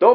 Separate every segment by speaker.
Speaker 1: どう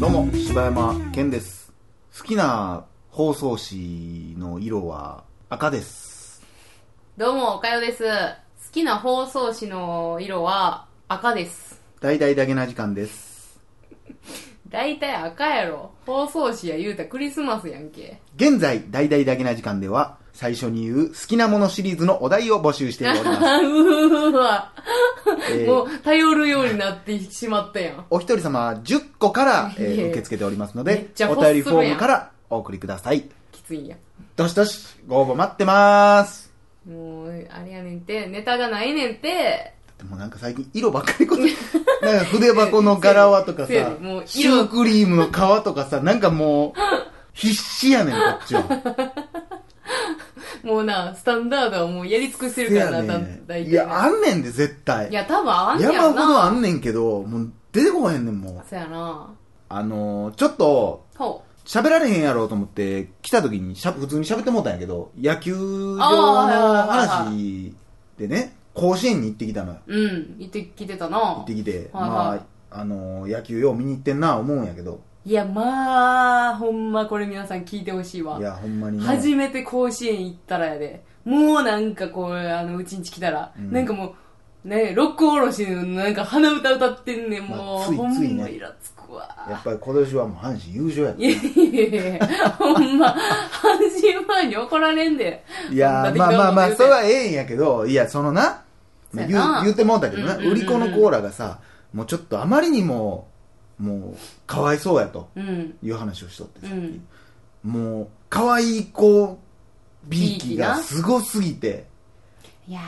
Speaker 1: どうも、柴山健です。好きな包装紙の色は赤です。
Speaker 2: どうも、おかよです。好きな包装紙の色は赤です。
Speaker 1: 大々だけな時間です。
Speaker 2: だいたい赤やろ。包装紙や言うたらクリスマスやんけ。
Speaker 1: 現在、大々だけな時間では、最初に言う好きなものシリーズのお題を募集しており
Speaker 2: う
Speaker 1: ます。
Speaker 2: ーわ、
Speaker 1: えー
Speaker 2: もう頼るようになってしまったやん。
Speaker 1: お一人様10個から、えー
Speaker 2: いえいえ
Speaker 1: 受け付けておりますの
Speaker 2: め
Speaker 1: で
Speaker 2: っち、ゃ
Speaker 1: お
Speaker 2: 欲するやん
Speaker 1: 便りフォームからお送りください。
Speaker 2: きついんや。
Speaker 1: どしどし、ご応募待ってます。
Speaker 2: もう、あれやねんて、ネタがないねんて。
Speaker 1: でもなんか最近色ばっかり こなんか筆箱の柄はとかさ
Speaker 2: せやねんもう、
Speaker 1: シュ
Speaker 2: 色
Speaker 1: ークリームの皮とかさ、なんかもう、必死やねん、 こっちは。
Speaker 2: もうな、スタンダードはもうやり尽くし
Speaker 1: せ
Speaker 2: てるか
Speaker 1: や
Speaker 2: らな、だ
Speaker 1: ね
Speaker 2: だい
Speaker 1: ん。
Speaker 2: た
Speaker 1: い
Speaker 2: い
Speaker 1: や、
Speaker 2: な。
Speaker 1: あんねんで、絶対。
Speaker 2: いや、多分あんねや
Speaker 1: 山
Speaker 2: ろ
Speaker 1: ほどあ
Speaker 2: な。
Speaker 1: んねんけど、もう出てこへんねん、もう。
Speaker 2: そやな。
Speaker 1: あのー、ちょっと、
Speaker 2: ほう。
Speaker 1: 喋られへんやろうと思って、来た時にしゃ普通に喋ってもうたんやけど、野球場の
Speaker 2: あーはいはいはいは
Speaker 1: 話でね、甲子園に行ってきたのよ。
Speaker 2: うん、行ってきてたな。
Speaker 1: 行ってきて、
Speaker 2: はいはい
Speaker 1: まあ、あのー、野球よう見に行ってんな思うんやけど、
Speaker 2: いや、まあ、ほんまこれ皆さん聞いてほしいわ
Speaker 1: い。や、ほんまにね。
Speaker 2: 初めて甲子園行ったらやで。もうなんかこう、あの、うちんち来たら、
Speaker 1: うん
Speaker 2: なんかもう、ね、六甲おろしのなんか鼻歌歌ってんねん、もう、
Speaker 1: まあつい
Speaker 2: ほ
Speaker 1: つい
Speaker 2: んま
Speaker 1: ね
Speaker 2: イラつく
Speaker 1: や
Speaker 2: わ。
Speaker 1: っぱり今年はもう阪神優勝やっ
Speaker 2: いやいやいやいや、ほんま、阪神ファンに怒られんで。
Speaker 1: た。いや
Speaker 2: そ
Speaker 1: ー、
Speaker 2: ん
Speaker 1: まあ
Speaker 2: な適
Speaker 1: ま
Speaker 2: 当な
Speaker 1: あ
Speaker 2: こと
Speaker 1: まあ、
Speaker 2: 言う
Speaker 1: そ
Speaker 2: て
Speaker 1: れはええんやけど、いや、そのな、
Speaker 2: そう
Speaker 1: 言
Speaker 2: や
Speaker 1: う
Speaker 2: な
Speaker 1: 言うてもうたけどな、
Speaker 2: うんうんうん
Speaker 1: 売り子のコーラがさ、もうちょっとあまりにも、もう、かわいそうやと。
Speaker 2: うん。
Speaker 1: いう話をしとってさっき、
Speaker 2: うん
Speaker 1: もう可愛い子びいきが
Speaker 2: びいきな
Speaker 1: すごすぎて
Speaker 2: いや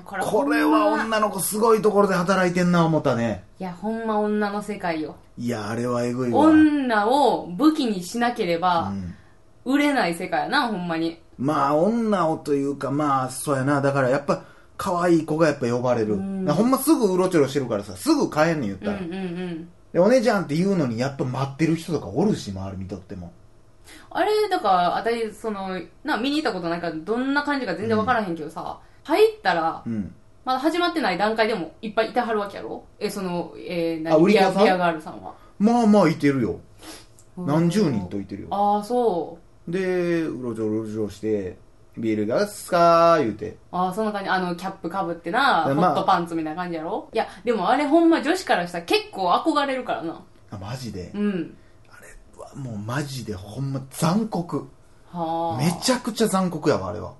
Speaker 2: ー、これ
Speaker 1: これ
Speaker 2: ほんま
Speaker 1: は女の子すごいところで働いてんな思ったね
Speaker 2: いや、ほんま女の世界よ。
Speaker 1: いやあれはえぐいわ、うん
Speaker 2: 女を武器にしなければ、売れない世界やな、ほんまに。
Speaker 1: まあ女をというかまあそうやなだからやっぱ可愛い子がやっぱ呼ばれる、
Speaker 2: うん
Speaker 1: ほんますぐうろちょろしてるからさすぐ帰んねん言っ
Speaker 2: う
Speaker 1: た
Speaker 2: んう
Speaker 1: ら、
Speaker 2: んうん。
Speaker 1: でお姉ちゃんって言うのにやっぱ待ってる人とかおるし周り見とっても
Speaker 2: あれ、だから、私、その、な、見に行ったことないから、どんな感じか全然わからへんけどさ、入ったら、
Speaker 1: うん
Speaker 2: まだ始まってない段階でもいっぱいいてはるわけやろえ、その、えー、
Speaker 1: あ売り
Speaker 2: ビ
Speaker 1: 子さ
Speaker 2: ア
Speaker 1: ん
Speaker 2: ビアガールさんは。
Speaker 1: まあまあいてるよ
Speaker 2: うん
Speaker 1: 何十人といてるよ
Speaker 2: ああ、そう。
Speaker 1: で、うろちょろうろちょろして、ビールがっすかー言うて。
Speaker 2: ああ、そんな感じ。あの、キャップかぶってな、ホ
Speaker 1: まあ
Speaker 2: ットパンツみたいな感じやろいや、でもあれほんま女子からしたら結構憧れるからな。
Speaker 1: あ、マジで
Speaker 2: う。ん。
Speaker 1: あれはもうマジでほんま残酷。
Speaker 2: はあ。
Speaker 1: めちゃくちゃ残酷やわ、あれは。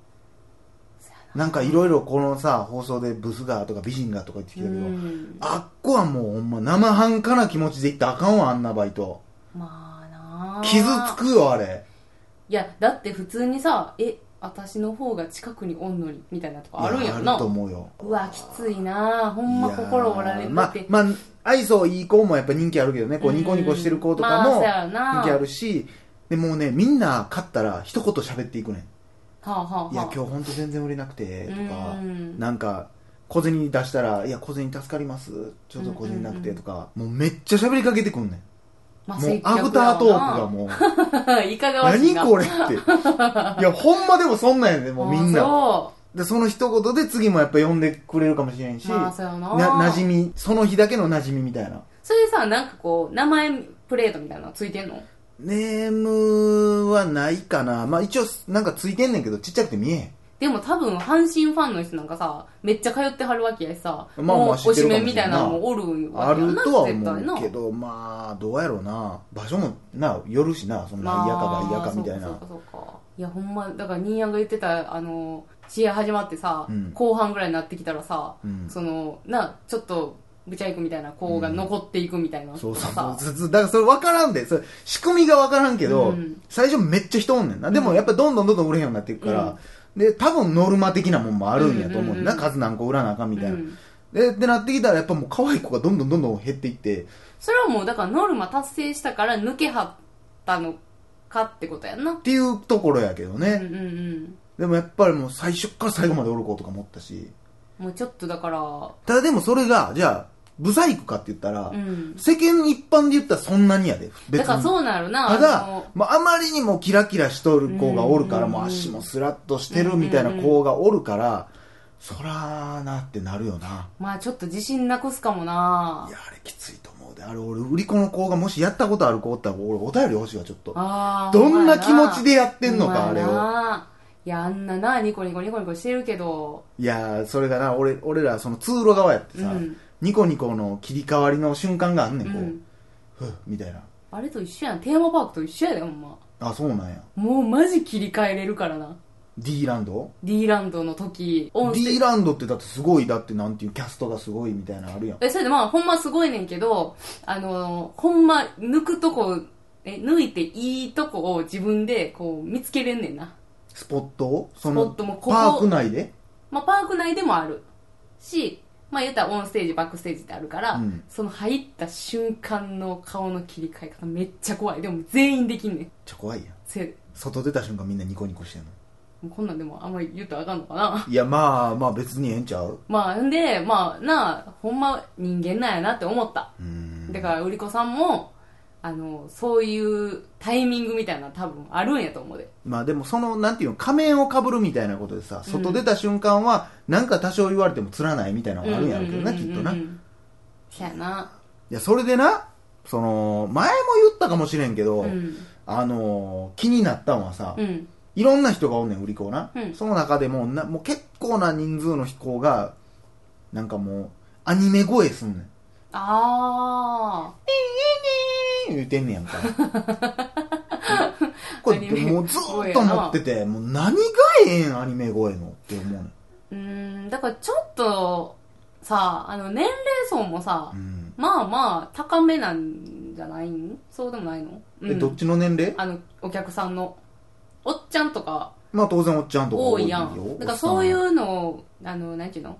Speaker 1: なんかいろいろこのさ、放送でブスがとか美人がとか言ってきて
Speaker 2: う
Speaker 1: るけど、
Speaker 2: ん。
Speaker 1: あっこはもうほんま生半可な気持ちで行ったらあかんわ、あんなバイト。
Speaker 2: まあなあ
Speaker 1: 傷つくよ、あれ。
Speaker 2: いや、だって普通にさ、え、私の方が近くにおんのに、みたいなとこあるん
Speaker 1: い
Speaker 2: やろ
Speaker 1: ある
Speaker 2: な。
Speaker 1: と思うよ。
Speaker 2: うわきついなあほんま心折られ
Speaker 1: いやー
Speaker 2: るだ
Speaker 1: ま
Speaker 2: って、
Speaker 1: あ、まあ、愛想いい子もやっぱ人気あるけどね、こう
Speaker 2: うん
Speaker 1: ニコニコしてる子とか
Speaker 2: まあそ
Speaker 1: も
Speaker 2: やな
Speaker 1: 人気あるし、でもうね、みんな勝ったら一言喋っていくね
Speaker 2: はあはあはあ
Speaker 1: ん。いや、今日ほんと全然売れなくて、とか
Speaker 2: う、ん
Speaker 1: なんか、小銭出したら、いや、小銭助かります。ちょっと小銭なくて、とか、もうめっちゃ喋りかけてくんねん。
Speaker 2: まあ
Speaker 1: もう
Speaker 2: 接客
Speaker 1: ア
Speaker 2: やわ
Speaker 1: フタートークがもう、
Speaker 2: な いかがわしい
Speaker 1: 何
Speaker 2: な
Speaker 1: これ って。いや、ほんまでもそんなんやねん、もうみん
Speaker 2: あ
Speaker 1: な。
Speaker 2: そ
Speaker 1: で、その一言で次もやっぱ呼んでくれるかもしれんし、
Speaker 2: うまあ
Speaker 1: な、
Speaker 2: そうやな
Speaker 1: 馴染み、その日だけの馴染みみたいな。
Speaker 2: それでさなんかこう名前プレートみたいなのついてんの
Speaker 1: ネームはないかな。まあ一応、なんかついてんねんけど、ちっちゃくて見えへん。
Speaker 2: でも多分阪神ファンの人なんかさめっちゃ通ってはるわけやしさ
Speaker 1: まあまあ
Speaker 2: もう
Speaker 1: 知
Speaker 2: お
Speaker 1: ってるかもし
Speaker 2: し
Speaker 1: れんな
Speaker 2: めみたいなのもおる
Speaker 1: あ
Speaker 2: わけや
Speaker 1: る
Speaker 2: な
Speaker 1: とは
Speaker 2: 絶対
Speaker 1: 思う
Speaker 2: な
Speaker 1: けど、まあ、どうやろうな。場所も、な、よるしな、そんな、嫌かば嫌かみたい
Speaker 2: そう
Speaker 1: な
Speaker 2: か。そうかそうかいやほんまだから新谷が言ってたあの試合始まってさ、
Speaker 1: うん
Speaker 2: 後半ぐらいになってきたらさ、
Speaker 1: うん
Speaker 2: そのなちょっとブチャイクみたいな子が残っていくみたいな、
Speaker 1: そうそう
Speaker 2: と
Speaker 1: そ
Speaker 2: か
Speaker 1: う
Speaker 2: さ
Speaker 1: ずず。だからそれ分からんで、それ仕組みが分からんけど、
Speaker 2: うん
Speaker 1: 最初めっちゃ人おんねんな。でもやっぱどんどんどんどん売れへんようになっていくから、で、多分ノルマ的なもんもあるんやと思う。
Speaker 2: うんうんうん
Speaker 1: な、数何個売らなあかんみたいな。
Speaker 2: うん
Speaker 1: で、ってなってきたら、やっぱもう可愛い子がどんどんどんどん減っていって、
Speaker 2: それはもうだからノルマ達成したから抜けはったのかってことやんな
Speaker 1: っていうところやけど
Speaker 2: うんう
Speaker 1: ね。
Speaker 2: んうん
Speaker 1: でもやっぱりもう最初から最後までおる子とかもおったし。
Speaker 2: もうちょっとだから
Speaker 1: ただでもそれが、じゃあ、ブサイクかって言ったら、
Speaker 2: うん
Speaker 1: 世間一般で言ったらそんなにやで。別
Speaker 2: だ
Speaker 1: に。
Speaker 2: からそうなるな
Speaker 1: た
Speaker 2: あ
Speaker 1: だ
Speaker 2: の、
Speaker 1: まあ、あまりにもキラキラしとる子がおるから、
Speaker 2: うんうんうん
Speaker 1: もう足もスラッとしてるみたいな子がおるから、そらーなってなるよな。
Speaker 2: まあちょっと自信なくすかもない
Speaker 1: や、あれきついと思うで。あれ、俺、売り子の子がもしやったことある子おったら、俺、お便り欲しいわ、ちょっと。
Speaker 2: あー
Speaker 1: どん
Speaker 2: ほんまや
Speaker 1: な気持ちでやってんのか、
Speaker 2: ほ
Speaker 1: あ
Speaker 2: んま
Speaker 1: れ
Speaker 2: や
Speaker 1: を。
Speaker 2: ないやあんななニコニコニコニコしてるけど
Speaker 1: いやー、それがな、俺、俺ら、その通路側やってさ、
Speaker 2: うん
Speaker 1: ニコニコの切り替わりの瞬間があんねん、こう、
Speaker 2: うん
Speaker 1: ふっ、みたいな。
Speaker 2: あれと一緒やんテーマパークと一緒やでほんま
Speaker 1: あ、そうなんや。
Speaker 2: もうマジ切り替えれるからな
Speaker 1: D ランド
Speaker 2: D ランドの時音声
Speaker 1: D ランドってだってすごいだってなんていうキャストがすごいみたいなのあるやん
Speaker 2: え、それでまあ、ほんますごいねんけど、あの、ほんま、抜くとこ、え、抜いていいとこを自分で、こう、見つけれんねんな。
Speaker 1: スポットをそ
Speaker 2: スポ
Speaker 1: の
Speaker 2: ットもここ
Speaker 1: パーク内で
Speaker 2: まあ、パーク内でもある。し、まあ、言ったらオンステージ、バックステージってあるから、
Speaker 1: うん
Speaker 2: その入った瞬間の顔の切り替え方めっちゃ怖い。でも全員できんねん。
Speaker 1: ちょ怖いやん
Speaker 2: せやで
Speaker 1: 外出た瞬間みんなニコニコしてんの
Speaker 2: もうこんなんでもあんまり言うとあかんのかな。
Speaker 1: いやまあまあ別にええんちゃう
Speaker 2: まあ、んで、まあ、なあ、ほんま人間なんやなって思った。
Speaker 1: うーん
Speaker 2: だから売り子さんもあのそういうタイミングみたいなの多分あるんやと思うで
Speaker 1: まあでもそのなんていうの仮面をかぶるみたいなことでさ外出た瞬間はなんか多少言われてもつらないみたいなのがあるんやろうけどな
Speaker 2: うん
Speaker 1: き
Speaker 2: う
Speaker 1: っ
Speaker 2: んうん
Speaker 1: と
Speaker 2: うん
Speaker 1: な
Speaker 2: う
Speaker 1: い
Speaker 2: んそやな
Speaker 1: やそれでなその前も言ったかもしれんけど、
Speaker 2: うん
Speaker 1: あのー気になったんはさ、
Speaker 2: うん
Speaker 1: いろんな人がおんねん、売り子な。
Speaker 2: うん
Speaker 1: その中でもな、もう結構な人数の飛行が、なんかもう、アニメ声すんねん。
Speaker 2: あ
Speaker 1: 言うてんねやん か。これ
Speaker 2: アニメ
Speaker 1: もうずーっと思ってて、もう何がええん、アニメ声のって思うねん。
Speaker 2: ーうんだからちょっとさあの年齢層もさ、
Speaker 1: うん。
Speaker 2: まあまあ高めなんじゃないんそうでもないの、う
Speaker 1: え、
Speaker 2: ん、
Speaker 1: どっちの年齢
Speaker 2: あのお客さんのおっちゃんとか
Speaker 1: まあ当然おっちゃんとか
Speaker 2: 多いや
Speaker 1: よ
Speaker 2: んだからそうい
Speaker 1: おっ
Speaker 2: うのをあの何ていうの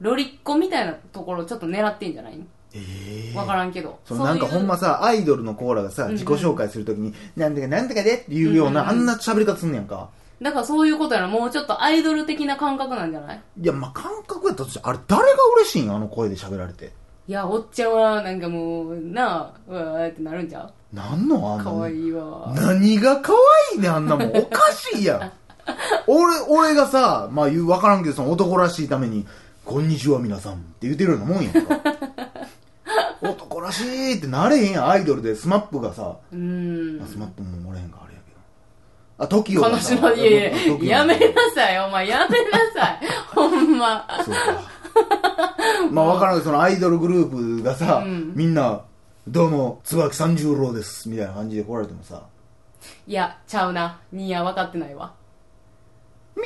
Speaker 2: ロリッコみたいなところをちょっと狙ってんじゃないの
Speaker 1: さんは。ええ
Speaker 2: わからんけど。
Speaker 1: そのなんかほんまさ、アイドルのコーラがさ、
Speaker 2: うんうん
Speaker 1: 自己紹介するときに、なんとかなんとかでって言うような、
Speaker 2: うんうんうん
Speaker 1: あんな喋り方すんねやんか。
Speaker 2: そういうだからそういうことやな。もうちょっとアイドル的な感覚なんじゃない
Speaker 1: いや、まあ感覚やったとして、あれ誰が嬉しいんあの声で喋られて。
Speaker 2: いや、おっちゃんは、なんかもう、なあ、うわーってなるんじゃう
Speaker 1: なんのあんな
Speaker 2: かわいいわ。
Speaker 1: 何が可愛いねんあんなもんおかしいやん俺俺がさまあ言う分からんけどその男らしいために「こんにちは皆さん」って言うてるようなもんやんか男らしいってなれへんやんアイドルでスマップがさ、
Speaker 2: うー
Speaker 1: あス
Speaker 2: ん。
Speaker 1: マップももれへんかあれやけどあ TOKIO
Speaker 2: 彼
Speaker 1: がさ
Speaker 2: 女の、いやい
Speaker 1: TOKIO
Speaker 2: や、やめなさい、お前、やめなさい。 ほんま。
Speaker 1: そうかまあ分からんけどそのアイドルグループがさ、
Speaker 2: うん
Speaker 1: みんな「どうも椿三十郎です」みたいな感じで来られてもさ
Speaker 2: いや、ちゃうな。ニーヤ分かってないわ。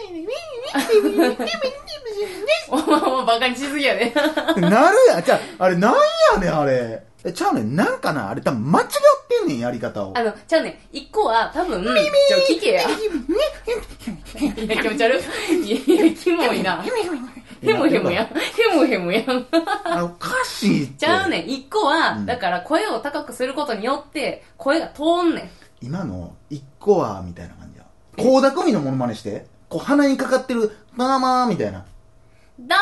Speaker 2: お前もバカにしすぎやで。
Speaker 1: なるやん。じゃあ、あれなんやねん、あれ。え、ちゃうねん。なんかな、あれ多分間違ってんねん、やり方を
Speaker 2: あ。の、ちゃうね、一個は多分、ちょ、聞けや。いや、気持ち悪い。いや、キモいな。ヘムヘムやん。ヘムヘムや ん。
Speaker 1: あれおかしいって。
Speaker 2: ちゃうねん。一個は、
Speaker 1: うん
Speaker 2: だから声を高くすることによって、声が通んねん。
Speaker 1: 今の、一個は、みたいな感じや。高田組のモノマネして。こう、鼻にかかってる、まあまあ、みたいな。
Speaker 2: どう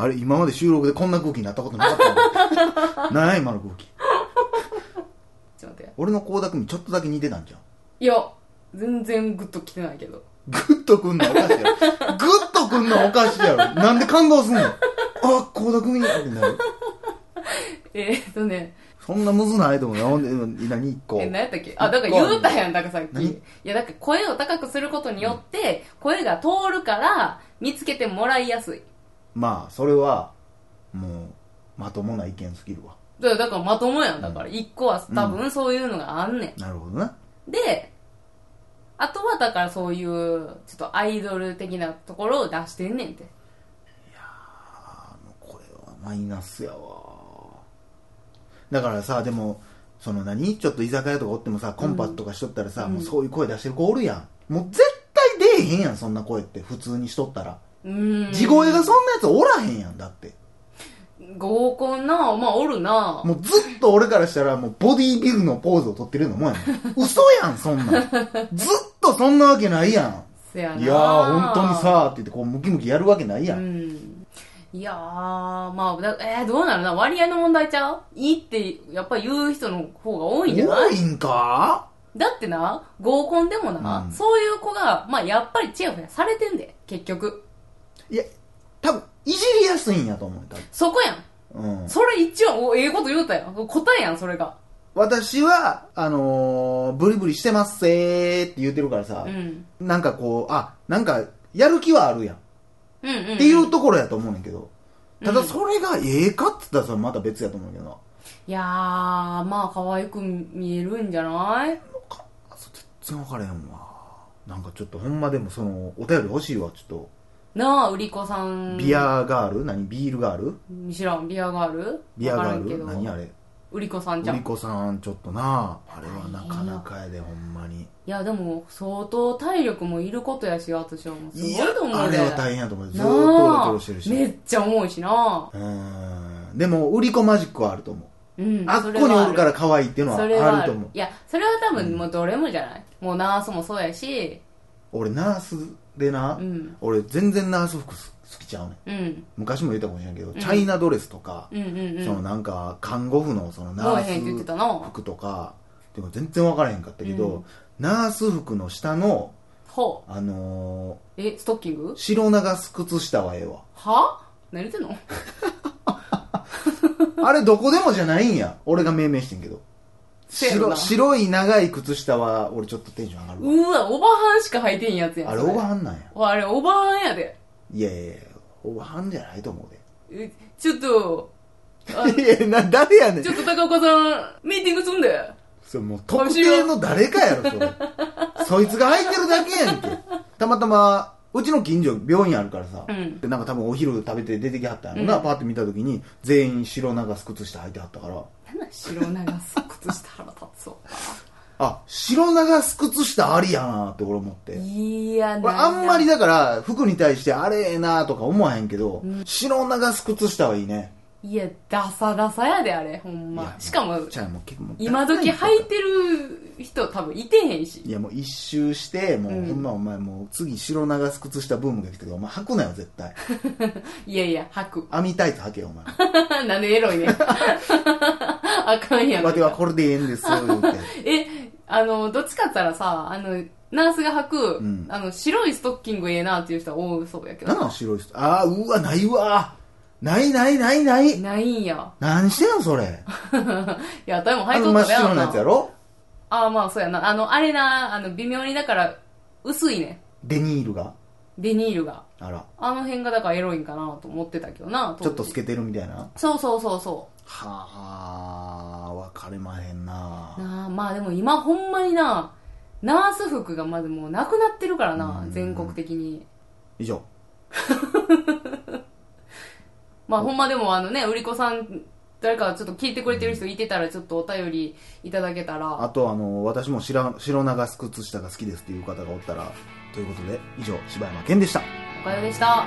Speaker 1: あれ、今まで収録でこんな空気になったことなかったのなんや、今の空気。
Speaker 2: もーちょっと待ってよ。
Speaker 1: 俺の高田組ちょっとだけ似てたんじゃん。
Speaker 2: いや、全然グッと来てないけど。
Speaker 1: グッとくんのおかしいやろ。グッとくんのおかしいやろ。なんで感動すんのあ、高田組やってなる。
Speaker 2: えーっとね、
Speaker 1: そんなむずないと思うよ。ほんで、うん何一個
Speaker 2: え、。何やったっけあ、だから言うたやん、だからさっき。
Speaker 1: 何
Speaker 2: いや、だから声を高くすることによって、声が通るから、見つけてもらいやすい。
Speaker 1: まあ、それは、もう、まともな意見すぎるわ。
Speaker 2: だから、だからまともやん。だから、一個は多分そういうのがあんねん。
Speaker 1: なるほどな。
Speaker 2: で、あとはだからそういう、ちょっとアイドル的なところを出してんねんって。
Speaker 1: あの、これはマイナスやわ。だからさ、でも、その何ちょっと居酒屋とかおってもさコンパとかしとったらさ、
Speaker 2: うん
Speaker 1: もうそういう声出してる子おるやんもう絶対出えへんやんそんな声って普通にしとったら
Speaker 2: うん
Speaker 1: 地声がそんなやつおらへんやんだって
Speaker 2: 合コンなまあおるな
Speaker 1: もうずっと俺からしたらもうボディービルのポーズをとってるのもんやん嘘やんそんなんずっとそんなわけないや
Speaker 2: せやなん
Speaker 1: いやー本当にさーって言ってこうムキムキやるわけないや、
Speaker 2: うんんいやーまあだえー、どうなるな割合の問題ちゃういいってやっぱ言う人の方が多いんじゃな
Speaker 1: 多
Speaker 2: い
Speaker 1: いんか
Speaker 2: だってな合コンでもな、
Speaker 1: うん
Speaker 2: そういう子がまあやっぱりチヤホヤされてんで結局
Speaker 1: いや多分いじりやすいんやと思う多
Speaker 2: そこやん
Speaker 1: 分うん
Speaker 2: それ一応おええこと言うたやん答えやんそれが
Speaker 1: 私はあのー、ブリブリしてますせーって言ってるからさ
Speaker 2: う、ん
Speaker 1: なんかこうあなんかやる気はあるやんっ
Speaker 2: うんうん、
Speaker 1: てい
Speaker 2: うん
Speaker 1: うところやと思うねんけど、ただ
Speaker 2: うん
Speaker 1: それがええかって言ったらそれまた別やと思うけどない
Speaker 2: やーまあ可愛く見えるんじゃない
Speaker 1: 全然分からへんわなんかちょっとほんまでもそのお便り欲しいわちょっ
Speaker 2: なあ売り子さ
Speaker 1: と
Speaker 2: ん
Speaker 1: ビアガール、何ビールガール
Speaker 2: 知らんビアガール
Speaker 1: ビア
Speaker 2: わか
Speaker 1: ガ
Speaker 2: らん
Speaker 1: ー
Speaker 2: け
Speaker 1: ル
Speaker 2: ど
Speaker 1: 何あれ
Speaker 2: 売り子さんじ
Speaker 1: 売
Speaker 2: ゃん
Speaker 1: り
Speaker 2: い
Speaker 1: 子さんちょっとなあれはなかなかやでほんまに
Speaker 2: やでも相当体力もいることやし私はもうすごいと思
Speaker 1: あ
Speaker 2: う
Speaker 1: れ
Speaker 2: で
Speaker 1: は大変やと思うずー
Speaker 2: な
Speaker 1: っとうろちょろしてる
Speaker 2: あめ
Speaker 1: し
Speaker 2: っちゃ重いしな
Speaker 1: うーんでも売り子マジックはあると思う
Speaker 2: うん
Speaker 1: あっこにおるから可愛いっていうのは
Speaker 2: それ
Speaker 1: あ
Speaker 2: は
Speaker 1: ると思う
Speaker 2: いやそれは多分もうどれもじゃない、もうナースもそうやし
Speaker 1: 俺ナースでな、
Speaker 2: うん
Speaker 1: 俺全然ナース服好きちゃうねん
Speaker 2: うん
Speaker 1: 昔も言ったかもしれんけど、チャイナドレスとか、
Speaker 2: うんうんうん
Speaker 1: そのなんか看護婦のその
Speaker 2: ど
Speaker 1: ナ
Speaker 2: うへんって言って
Speaker 1: ー
Speaker 2: たな
Speaker 1: ス服とかでも全然分からへんかったけど、ナース服の下の、
Speaker 2: ほう
Speaker 1: あの
Speaker 2: えストッキング
Speaker 1: ー白長靴下はええわ
Speaker 2: は何言ってんの
Speaker 1: あれどこでもじゃないんや俺が命名してんけど
Speaker 2: せやろ
Speaker 1: 白
Speaker 2: な
Speaker 1: 白い長い靴下は俺ちょっとテンション上がるわ
Speaker 2: うわオバハンしか履いてんやつやん
Speaker 1: あれ
Speaker 2: そ
Speaker 1: オバハンなんや
Speaker 2: あれオバハンやで
Speaker 1: いやいやいやオバハンじゃないと思うで
Speaker 2: えちょっと あ
Speaker 1: いやな誰やねん
Speaker 2: ちょっと高岡さんミーティングす んで
Speaker 1: それもう特定の誰かやろそれそいつが履いてるだけやんけたまたまうちの近所病院あるからさ、
Speaker 2: うん
Speaker 1: でなんか多分お昼食べて出てきはったんやろな、
Speaker 2: うん
Speaker 1: パーって見た時に全員白長す靴下履いてはったから
Speaker 2: なんなん白長す靴下腹立つわ
Speaker 1: あ白長す靴下ありやなって俺思って
Speaker 2: いや
Speaker 1: 俺
Speaker 2: な
Speaker 1: あんまりだから服に対してあれええなとか思わへんけど、白長す靴下はいいね
Speaker 2: いやダサダサやであれほん
Speaker 1: い
Speaker 2: ま
Speaker 1: や
Speaker 2: しかも
Speaker 1: じゃあもう結構もう
Speaker 2: 今時履いてる人多分いてへんし
Speaker 1: いやもう一周してもう、
Speaker 2: うん
Speaker 1: ほんまお前もう次白長す靴下ブームが来てるからお前履くなよ絶対
Speaker 2: いやいや履く
Speaker 1: 網タイツ履けよお前
Speaker 2: なんでエロいねん あかんやん
Speaker 1: わてはこれでええんですよ言うて
Speaker 2: えあのどっちかって言ったらさあのナースが履く、
Speaker 1: うん
Speaker 2: あの白いストッキングええなっていう人は多そうやけど
Speaker 1: なんなん白い人ああうわないわないないないない
Speaker 2: ないんや
Speaker 1: 何してんのそれ
Speaker 2: いやでも
Speaker 1: あ
Speaker 2: 履いと
Speaker 1: の真
Speaker 2: っ
Speaker 1: った
Speaker 2: であ
Speaker 1: 白
Speaker 2: ん
Speaker 1: な
Speaker 2: な
Speaker 1: やつやろ
Speaker 2: ああまあそうやなあのあれなあの微妙にだから薄いね
Speaker 1: デニールが
Speaker 2: デニールが
Speaker 1: あら
Speaker 2: あの辺がだからエロいんかなと思ってたけどな当
Speaker 1: ちょ
Speaker 2: 時
Speaker 1: っと透けてるみたいな
Speaker 2: そうそうそうそ
Speaker 1: はあ分かれまへんな
Speaker 2: うなあまあでも今ほんまになナース服がまずもうなくなってるからな
Speaker 1: うん
Speaker 2: 全国的に
Speaker 1: 以上
Speaker 2: まあほんまでもあのね売り子さん誰かちょっと聞いてくれてる人いてたらちょっとお便りいただけたら
Speaker 1: あとあの私も白白長す靴下が好きですっていう方がおったらということで以上柴山健でした
Speaker 2: おかよでした